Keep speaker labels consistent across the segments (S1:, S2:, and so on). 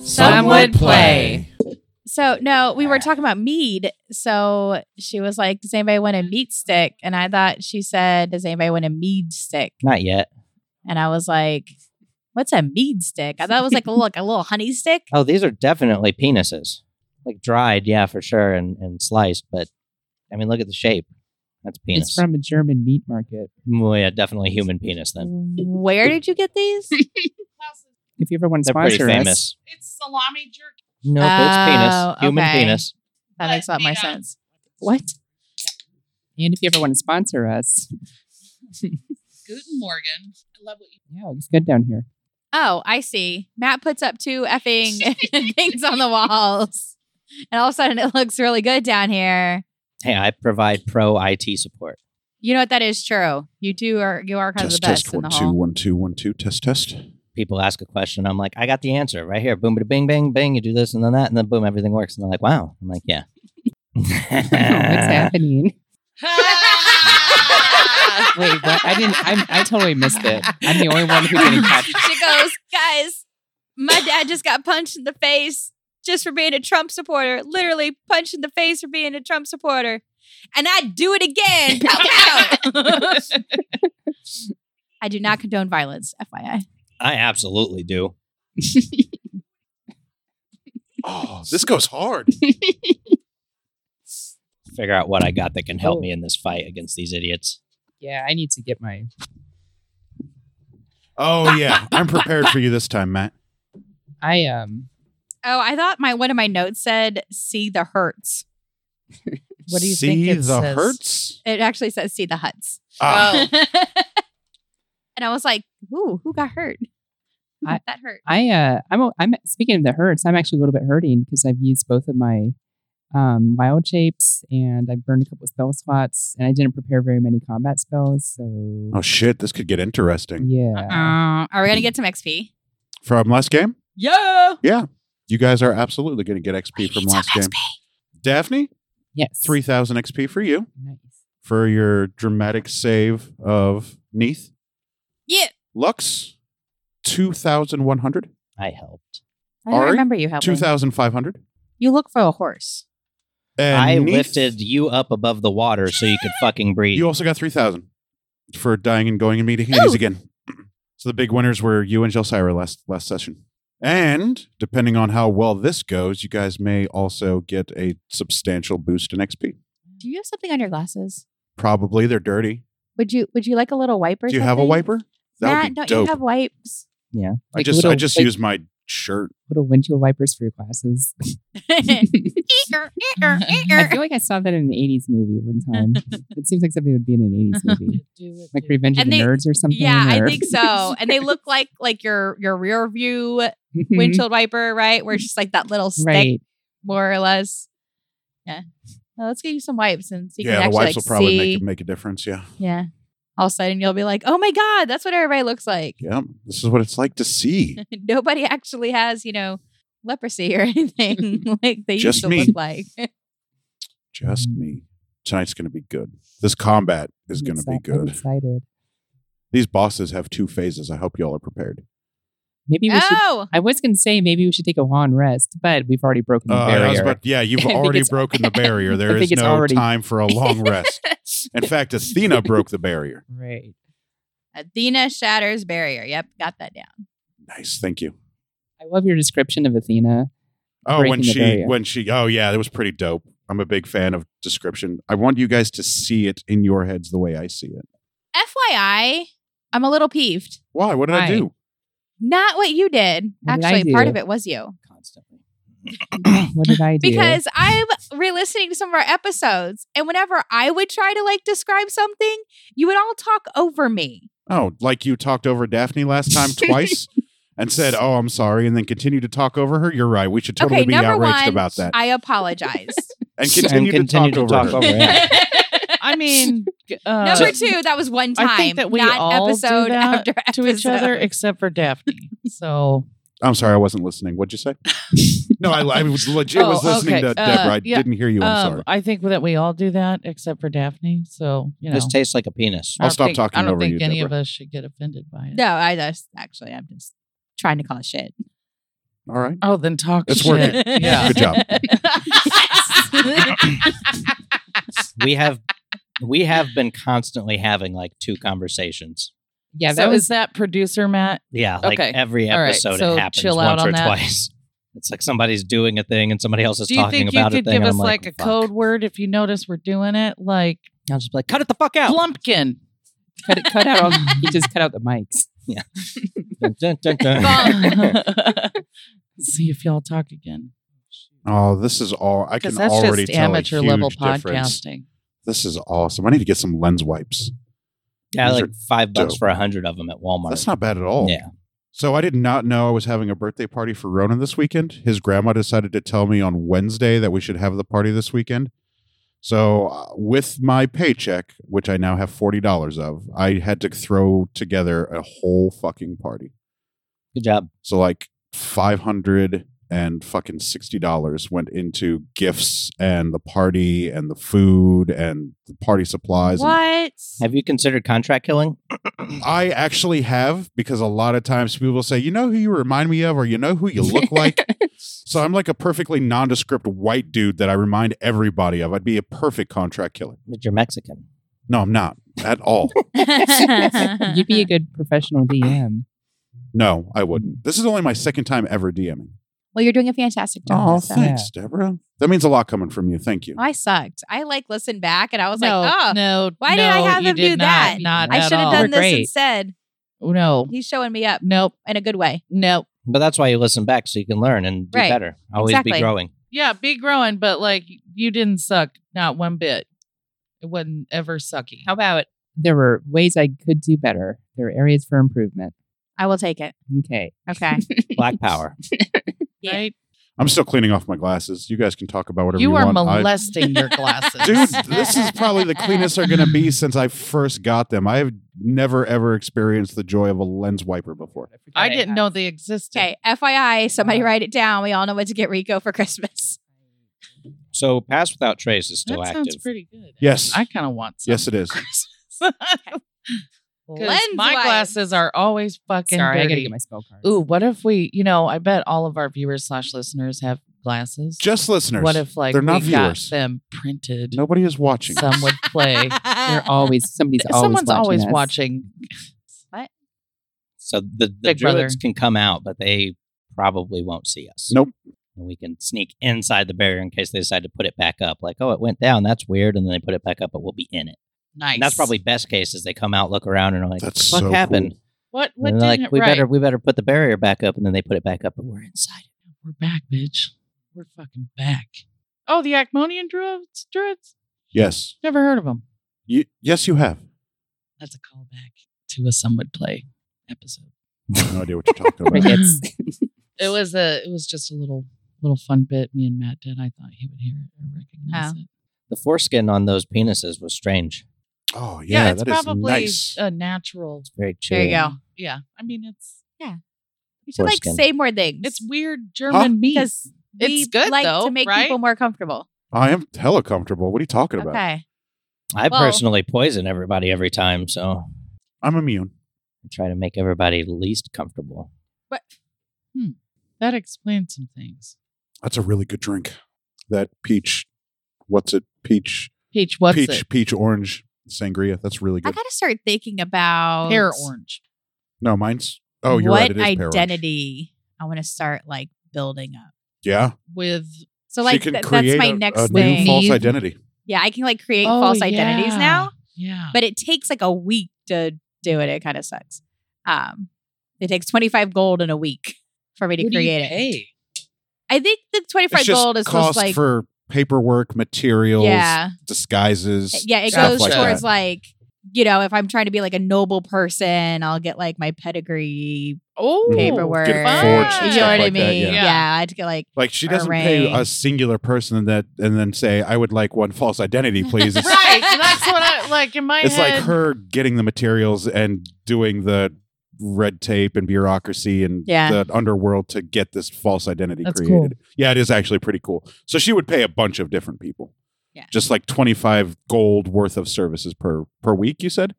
S1: Some would play.
S2: So no, we were talking about mead. So she was like, "Does anybody want a meat stick?" And I thought she said, "Does anybody want a mead stick?"
S3: Not yet.
S2: And I was like, "What's a mead stick?" I thought it was like a little, like a little honey stick.
S3: Oh, these are definitely penises. Like dried, yeah, for sure, and, and sliced. But I mean, look at the shape. That's
S4: It's
S3: penis.
S4: from a German meat market.
S3: well, yeah, definitely human penis then.
S2: Where did you get these?
S4: If you ever want to
S3: They're pretty
S4: sponsor us,
S3: famous.
S1: It's salami jerky.
S3: No, it's penis.
S2: Oh,
S3: Human
S2: okay.
S3: penis.
S2: That makes a lot more sense.
S4: what? And if you ever want to sponsor us,
S1: Guten Morgan. I love what you
S4: yeah, it looks good down here.
S2: Oh, I see. Matt puts up two effing things on the walls, and all of a sudden it looks really good down here.
S3: Hey, I provide pro IT support.
S2: You know what? That is true. You do are you are kind of the best
S5: Test, test,
S2: in
S5: one,
S2: the
S5: two,
S2: whole.
S5: one, two, one, two, test, test.
S3: People ask a question. I'm like, I got the answer right here. Boom, bada, bing, bing, bing. You do this and then that, and then boom, everything works. And they're like, wow. I'm like, yeah.
S4: Oh, What's happening?
S1: Ah!
S4: Wait, what? I didn't. I'm, I totally missed it. I'm the only one who didn't catch.
S2: she goes, guys, my dad just got punched in the face just for being a Trump supporter. Literally punched in the face for being a Trump supporter. And I'd do it again. Pow, pow. I do not condone violence, FYI.
S3: I absolutely do.
S5: Oh, this goes hard.
S3: Figure out what I got that can help
S4: Oh.
S3: me in this fight against these idiots.
S4: Yeah, I need to get my.
S5: Oh yeah, I'm prepared for you this time, Matt.
S4: I um.
S2: Oh, I thought my one of my notes said see the hurts.
S4: What do you
S5: See
S4: think it
S5: the
S4: says?
S5: hurts?
S2: It actually says see the huts.
S5: Ah,
S1: Oh.
S2: and I was like, ooh, who got hurt? Who got that hurt.
S4: I uh, I'm a- I'm speaking of the hurts. I'm actually a little bit hurting because I've used both of my um, wild shapes and I've burned a couple spell slots and I didn't prepare very many combat spells. So
S5: oh shit, this could get interesting.
S1: Uh-huh.
S4: yeah,
S2: Uh, are we gonna get some XP?
S5: From last game,
S2: Yeah.
S5: yeah, you guys are absolutely going to get XP
S4: Oh,
S5: from last game. Daphne,
S4: yes,
S5: three thousand XP for you
S4: Nice.
S5: for your dramatic save of Neath.
S2: Yeah.
S5: Lux, two thousand one hundred.
S3: I helped.
S2: I don't
S5: Ari,
S2: remember you helping.
S5: Two thousand five hundred.
S2: You look for a horse.
S5: And
S3: I
S5: Neith,
S3: lifted you up above the water so you could fucking breathe.
S5: You also got three thousand for dying and going and meeting Hades again. So the big winners were you and Jelsira last last session. And depending on how well this goes, you guys may also get a substantial boost in XP.
S2: Do you have something on your glasses?
S5: Probably they're dirty.
S2: Would you Would you like a little wiper?
S5: Do you have a wiper?
S2: Matt,
S5: That would be
S2: don't
S5: dope.
S2: you have wipes?
S5: I
S4: Like
S5: just I
S4: little-
S5: just
S4: like
S5: used my shirt.
S4: little windshield wipers for your glasses.
S2: Eeker, eeker,
S4: I
S2: eeker.
S4: feel like I saw that in an '80s movie one time. it seems like something would be in an '80s movie, like Revenge of
S2: And
S4: the
S2: they-
S4: Nerds or something.
S2: yeah, I
S4: or-
S2: think so. And they look like like your your rear view
S4: Mhm.
S2: windshield wiper, right? Where it's just like that little stick,
S4: Right.
S2: more or less. Yeah. Well, let's get you some wipes and see. can
S5: yeah, the
S2: actually,
S5: wipes
S2: like,
S5: will probably
S2: see.
S5: make, make a difference. Yeah.
S2: Yeah. All of a sudden, you'll be like, "Oh my god, that's what everybody looks like."
S5: Yeah. This is what it's like to see.
S2: nobody actually has, you know, leprosy or anything like they used
S5: Just
S2: to
S5: me.
S2: look like.
S5: just me. Tonight's gonna be good. This combat is
S4: I'm
S5: gonna be
S4: exci- I'm
S5: good.
S4: excited.
S5: These bosses have two phases. I hope y'all are prepared.
S4: Maybe we should.
S2: oh,
S4: I was gonna say maybe we should take a long rest, but we've already broken the
S5: Uh, I
S4: barrier.
S5: was about- yeah, you've
S4: I think
S5: already
S4: it's-
S5: broken the barrier. There
S4: think
S5: is
S4: it's
S5: no
S4: already-
S5: time for a long rest. In fact, Athena broke the barrier.
S4: Right.
S2: Athena shatters barrier. Yep, got that down.
S5: Nice, thank you.
S4: I love your description of Athena.
S5: Oh, when
S4: Breaking the
S5: she
S4: barrier.
S5: when she oh yeah, that was pretty dope. I'm a big fan of description. I want you guys to see it in your heads the way I see it.
S2: FYI, I'm a little peeved.
S5: Why? What did I
S4: Why?
S5: do?
S2: Not what you did.
S4: What did I
S2: actually, part
S4: do?
S2: of it was you.
S3: Constantly.
S4: What did I do?
S2: Because I'm re-listening to some of our episodes, and whenever I would try to like describe something, you would all talk over me.
S5: Oh, like you talked over Daphne last time twice and said, "Oh, I'm sorry," and then continued to talk over her. You're right. We should totally
S2: okay,
S5: be
S2: number
S5: outraged
S2: one,
S5: about that
S2: I apologize.
S5: and continue,
S3: And continue
S5: to talk over. her.
S3: over it.
S4: I mean, g- uh,
S2: number two, that was one time.
S6: I think that we
S2: not
S6: all do
S2: episode
S6: that
S2: after
S6: to each other
S2: episode.
S6: except for Daphne. So
S5: I'm sorry, I wasn't listening. What'd you say? no, I, I was legit
S6: Oh,
S5: was listening
S6: okay.
S5: to
S6: Uh,
S5: Deborah. I
S6: yeah.
S5: didn't hear you. I'm sorry.
S6: um, I think that we all do that except for Daphne. So you know,
S3: This tastes like a penis.
S6: I don't
S5: stop
S6: think-
S5: talking
S6: I don't
S5: over
S6: think
S5: you,
S6: any
S5: Deborah.
S6: of us should get offended by it.
S2: No, I just actually I'm just trying to call it shit.
S5: All right.
S6: Oh, then talk
S5: It's
S6: shit.
S5: working.
S6: Yeah.
S5: Good job.
S3: we have we have been constantly having like two conversations.
S4: Yeah,
S6: so is that producer Matt?
S3: Yeah, like
S6: Okay.
S3: every
S6: All right.
S3: episode
S6: So
S3: it happens
S6: chill out
S3: once or
S6: on that.
S3: twice. It's like somebody's doing a thing and somebody else is
S6: Do you
S3: talking
S6: think you
S3: about
S6: could
S3: a thing.
S6: give
S3: and
S6: us
S3: I'm
S6: like, a
S3: "Fuck."
S6: code word if you notice we're doing it? Like
S3: I'll just be like, cut it the fuck out.
S6: plumpkin.
S4: cut, it- cut out all. he just cut out the mics.
S3: Dun, dun, dun, dun.
S6: See if y'all talk again.
S5: Oh, this is all I can
S6: Because that's
S5: already
S6: just
S5: tell
S6: amateur
S5: a huge
S6: level
S5: difference.
S6: podcasting.
S5: This is awesome. I need to get some lens wipes.
S3: yeah,
S5: These
S3: like five bucks
S5: dope.
S3: for a hundred of them at Walmart.
S5: That's not bad at all.
S3: Yeah.
S5: So I did not know I was having a birthday party for Ronan this weekend. His grandma decided to tell me on Wednesday that we should have the party this weekend. So uh, with my paycheck, which I now have forty dollars of, I had to throw together a whole fucking party.
S3: Good job.
S5: So like five hundred and fucking sixty dollars went into gifts and the party and the food and the party supplies. and
S2: what?
S3: Have you considered contract killing?
S5: I actually have because a lot of times people say, you know who you remind me of, or you know who you look like. so I'm like a perfectly nondescript white dude that I remind everybody of. I'd be a perfect contract killer.
S3: But you're Mexican.
S5: No, I'm not at all.
S4: You'd be a good professional DM.
S5: no, I wouldn't. This is only my second time ever DMing.
S2: well, you're doing a fantastic job.
S5: Oh,
S2: so.
S5: thanks, Deborah. That means a lot coming from you. Thank you.
S2: I sucked. I like listened back and I was like, oh,
S6: no.
S2: why did I
S6: no,
S2: have
S6: you
S2: him
S6: did
S2: do
S6: not,
S2: that?
S6: Not
S2: I
S6: at
S2: should have
S6: all.
S2: done
S6: We're
S2: this
S6: great.
S2: instead.
S6: No.
S2: He's showing me up
S6: Nope.
S2: in a good way.
S6: Nope.
S3: But that's why you listen back so you can learn and do
S2: Right.
S3: better. Always
S2: Exactly.
S3: be growing.
S6: Yeah, be growing, but like you didn't suck. Not one bit. It wasn't ever sucky.
S4: How about there were ways I could do better? There were areas for improvement.
S2: I will take it.
S4: Okay.
S2: Okay.
S3: Black power.
S2: Yeah.
S6: Right?
S5: I'm still cleaning off my glasses. You guys can talk about whatever you,
S6: You are
S5: want. I-
S6: molesting your glasses.
S5: Dude, this is probably the cleanest they're going to be since I first got them. I have never ever experienced the joy of a lens wiper before.
S4: forget
S6: I didn't know
S4: had-
S6: they existed.
S2: okay. FYI, somebody write it down. We all know what to get Rico for Christmas.
S3: So Pass Without Trace is
S6: That
S3: still active.
S6: sounds pretty good.
S5: Yes.
S6: I kind of want some.
S5: Yes, it is.
S6: Because
S2: Lens
S6: my
S2: wipe.
S6: glasses are always fucking
S4: Sorry, I gotta
S6: dirty.
S4: get my spell card.
S6: Ooh, what if we? You know, I bet all of our viewers slash listeners have glasses.
S5: Just listeners.
S6: what if like
S5: they're not
S6: we
S5: viewers?
S6: got them printed?
S5: Nobody is watching.
S6: Some would play.
S4: They're always somebody's always
S6: Someone's
S4: watching
S6: always
S4: us.
S6: watching.
S3: so the, the
S6: Big
S3: druids
S6: Brother.
S3: can come out, but they probably won't see us.
S5: Nope.
S3: And we can sneak inside the barrier in case they decide to put it back up. Like, oh, it went down. That's weird. And then they put it back up, but we'll be in it.
S6: Nice.
S3: And that's probably best case is they come out, look around, and are like,
S5: That's
S3: "What
S5: so
S3: happened?"
S5: cool.
S6: what. What
S3: and
S6: didn't
S3: they're like,
S6: it
S3: "We
S6: right?
S3: better, we better put the barrier back up." And then they put it back up, but we're inside.
S6: We're back, bitch. We're fucking back. Oh, the Acmonian druids. Druids.
S5: Yes.
S6: Never heard of them.
S5: You, yes, you have.
S6: That's a callback to a Some Would Play episode.
S5: No idea what you're talking
S4: Right,
S5: about.
S4: it's-
S6: It was a. It was just a little little fun bit me and Matt did. I thought he would hear it or recognize
S3: Oh.
S6: it.
S3: The foreskin on those penises was strange.
S5: Oh yeah,
S6: it's
S5: that is
S6: probably uh,
S5: nice.
S6: a natural.
S3: Very
S2: There
S3: chilly.
S2: you go.
S6: Yeah, I mean it's
S2: You should like
S3: Foreskin.
S2: say more things.
S6: it's weird German meat.
S2: because we
S6: It's good,
S2: like
S6: though,
S2: to make
S6: right?
S2: people more comfortable.
S5: I am hella comfortable. What are you talking about?
S2: Okay.
S3: I
S2: Well-
S3: personally poison everybody every time, so
S5: I'm immune.
S3: I try to make everybody least comfortable.
S6: That explains some things.
S5: That's a really good drink. That peach, what's it? Peach,
S6: Peach, what's
S5: peach,
S6: it?
S5: peach orange sangria. That's really
S2: I
S5: good.
S2: got to start thinking about
S6: Pear orange.
S5: no, mine's. Oh, you're
S2: what
S5: right. It is pear orange.
S2: identity I want to start like building up.
S5: Yeah.
S6: With
S2: So
S5: She
S2: like
S5: can
S2: th- that's
S5: create
S2: my
S5: a-
S2: next
S5: a New
S2: thing.
S5: false
S6: Need-
S5: identity.
S2: yeah, I can like create
S6: Oh,
S2: false
S6: yeah.
S2: identities now,
S6: Yeah.
S2: but it takes like a week to do it. It kind of sucks. Um, it takes 25 gold in a week for me to
S6: What do you
S2: create it.
S6: pay?
S2: I think the
S5: It's
S2: 25
S5: just
S2: gold is
S5: cost
S2: just like
S5: for paperwork, materials,
S2: yeah, Eh,
S5: disguises.
S2: yeah. It
S5: stuff
S2: goes
S5: like
S2: towards
S5: that.
S2: like you know if I'm trying to be like a noble person, I'll get like my pedigree
S6: Oh,
S2: paperwork.
S5: Get it
S6: forged and
S2: you
S6: stuff
S2: know what I
S5: like that,
S2: mean?
S5: yeah.
S2: yeah.
S6: Yeah.
S2: I had to get like
S5: Like she doesn't pay a
S2: Array.
S5: singular person and that and then say, I would like one false identity, please. It's,
S6: Oh, Right. That's what I like in my
S5: it's
S6: head.
S5: like her getting the materials and doing the red tape and bureaucracy and
S2: Yeah.
S5: the underworld to get this false identity
S6: That's
S5: created. Yeah, it is actually pretty cool. So she would pay a bunch of different people.
S2: Yeah.
S5: Just like 25 gold worth of services per per week, you said?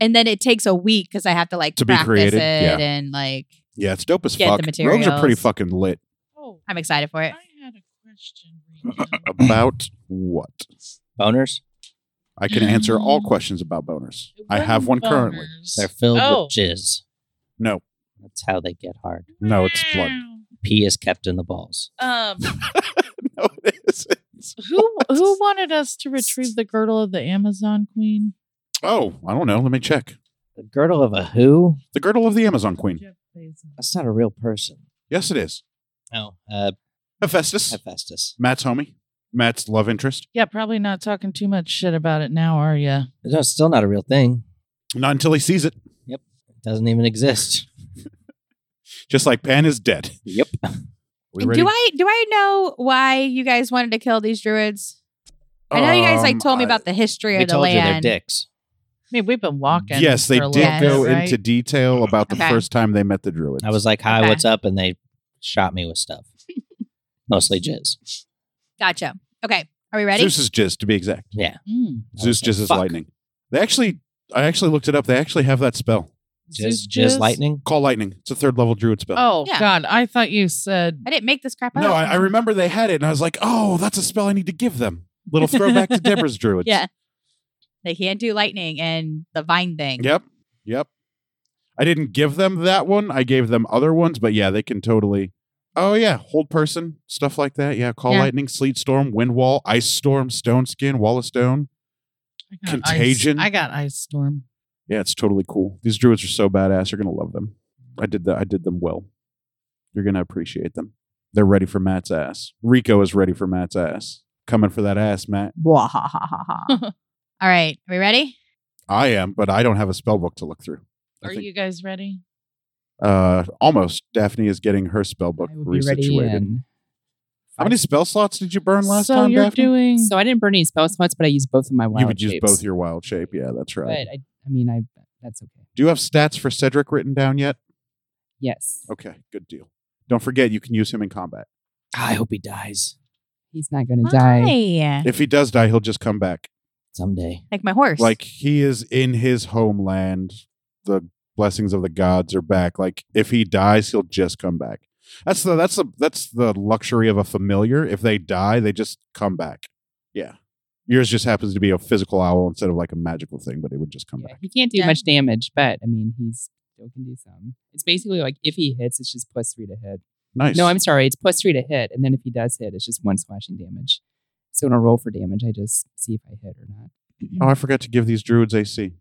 S2: and then it takes a week because I have to like
S5: To be
S2: practice
S5: created,
S2: it
S5: yeah.
S2: and like
S5: Yeah, it's dope as
S2: Get
S5: fuck.
S2: the
S5: Rogues are pretty
S2: materials.
S5: fucking lit.
S6: oh,
S2: I'm excited for it.
S1: I had a question. Rita.
S5: About what?
S3: Boners?
S5: I can answer all
S2: Mm.
S5: questions about boners. I have one currently.
S1: Boners.
S3: They're filled
S1: Oh.
S3: with jizz.
S5: No,
S3: That's how they get hard.
S5: no, it's blood.
S3: Pee is kept in the balls.
S1: Um,
S5: No, it isn't.
S6: Who who wanted us to retrieve the girdle of the Amazon Queen?
S5: Oh, I don't know. Let me check.
S3: The girdle of a who?
S5: The girdle of the Amazon Queen.
S6: Jeff Bezos.
S3: That's not a real person.
S5: Yes, it is.
S3: Oh, uh,
S5: Hephaestus.
S3: Hephaestus.
S5: Matt's homie. Matt's love interest.
S6: Yeah, probably not talking too much shit about it now, are you?
S3: No, it's still not a real thing.
S5: Not until he sees it.
S3: It doesn't even exist.
S5: Just like Pan is dead.
S3: Yep.
S5: We
S2: Do I do I know why you guys wanted to kill these druids? I know you guys like
S5: Um,
S2: told me
S5: I-
S2: about the history
S3: we
S2: of the
S3: told you
S2: land.
S3: they're dicks.
S6: I mean, we've been walking.
S5: uh, Yes, they
S6: for a
S5: did
S2: little
S5: go
S6: bit, right?
S5: into detail about the
S2: Okay.
S5: first time they met the druids.
S3: I was like, hi,
S2: Okay.
S3: what's up? And they shot me with stuff. Mostly jizz.
S2: Gotcha. Okay. Are we ready?
S5: Zeus is jizz, to be exact.
S3: Yeah.
S6: Mm.
S3: I
S5: Zeus
S3: was like,
S5: jizz is
S3: "Fuck,
S5: lightning. They actually, I actually looked it up. They actually have that spell.
S3: Jizz,
S6: Zeus
S3: jizz, lightning.
S5: Call lightning. It's a third level druid spell.
S6: Oh
S2: Yeah.
S6: God, I thought you said
S2: I didn't make this crap up.
S5: No, I, I remember they had it, and I was like, oh, that's a spell I need to give them. Little throwback to Deborah's druids.
S2: Yeah. They can't do lightning and the vine thing.
S5: Yep. Yep. I didn't give them that one. I gave them other ones, but yeah, they can totally. Oh yeah, hold person stuff like that. Yeah, call
S6: Yeah.
S5: lightning, sleet storm, wind wall, ice storm, stone skin, wall of stone.
S6: I got ice-
S5: Contagion.
S6: I got ice storm.
S5: Yeah, it's totally cool. These druids are so badass. You're gonna love them. I did that. I did them well. You're gonna appreciate them. They're ready for Matt's ass. Rico is ready for Matt's ass. Coming for that ass, Matt.
S2: All right. Are we ready?
S5: I am, but I don't have a spell book to look through. I
S6: Are
S5: think-
S6: you guys ready?
S5: Uh, almost. Daphne is getting her spell book
S4: I will be ready
S5: resituated.
S4: in-
S5: How many spell slots did you burn last
S6: so
S5: time,
S6: you're
S5: Daphne?
S6: doing
S4: So I didn't burn any spell slots, but I used both of my wild
S5: you would use
S4: shapes.
S5: both your wild shape. Yeah, that's
S4: But
S5: right.
S4: I, I mean, I that's okay.
S5: Do you have stats for Cedric written down yet?
S4: Yes,
S5: Okay, good deal. Don't forget, you can use him in combat.
S3: Ah, I hope he dies
S4: he's not gonna die.
S2: Hi.
S5: If he does die, he'll just come back.
S3: someday.
S2: Like my horse.
S5: Like he is in his homeland. The blessings of the gods are back. Like if he dies, he'll just come back. That's the that's the that's the luxury of a familiar. If they die, they just come back. Yeah. Yours just happens to be a physical owl instead of like a magical thing, but it would just come
S4: Yeah,
S5: back.
S4: he can't do
S2: Yeah.
S4: much damage, but I mean, he's still can do some. It's basically like if he hits, it's just plus three to hit.
S5: Nice.
S4: No, I'm sorry, it's plus three to hit, and then if he does hit, it's just one slashing damage. So when I roll for damage, I just see if I hit or not.
S5: Oh, I forgot to give these druids AC.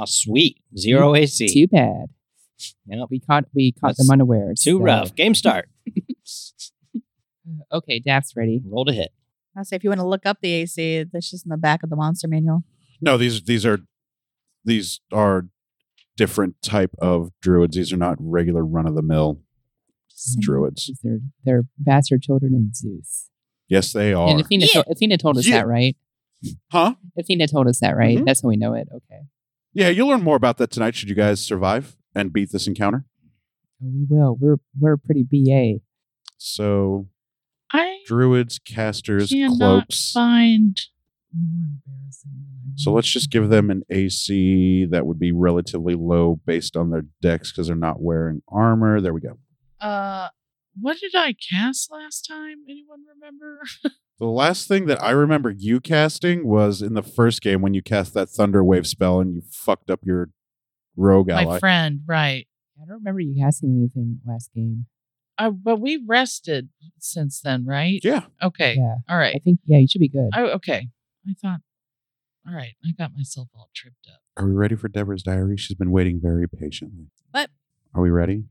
S3: Oh, sweet. Zero AC.
S4: Too bad.
S3: Yep.
S4: We caught we caught
S3: That's
S4: them unaware.
S3: Too rough. Game start.
S4: Okay, Daph's ready.
S3: Roll to hit.
S2: I'll say if you want to look up the AC, that's just in the back of the monster manual.
S5: No, these these are these are different type of druids. These are not regular run of the mill druids.
S4: They're they're bastard children of Zeus.
S5: Yes, they are.
S4: And Athena,
S2: Yeah.
S4: to- Athena told us
S5: Yeah.
S4: that, right?
S5: Huh?
S4: Athena told us that, right?
S6: Mm-hmm.
S5: Mhm.
S4: That's how we know it. Okay.
S5: Yeah, you'll learn more about that tonight should you guys survive and beat this encounter.
S4: So Oh, we will. We're we're pretty ba.
S5: So
S6: I
S5: druids, casters,
S6: cannot
S5: cloaks.
S6: find more embarrassing than I
S5: So
S6: want.
S5: let's just give them an AC that would be relatively low based on their decks because they're not wearing armor. There we go.
S6: Uh, what did I cast last time? Anyone remember?
S5: The last thing that I remember you casting was in the first game when you cast that Thunder Wave spell and you fucked up your rogue ally.
S6: My friend, right?
S4: I don't remember you casting anything last game.
S6: Uh, but we rested since then, right?
S5: Yeah.
S6: Okay.
S4: Yeah.
S6: All
S4: I
S6: right.
S4: think yeah, you should be good.
S6: I, okay. I thought. All right. I got myself all tripped up.
S5: Are we ready for Deborah's diary? She's been waiting very patiently.
S2: What?
S5: Are we ready?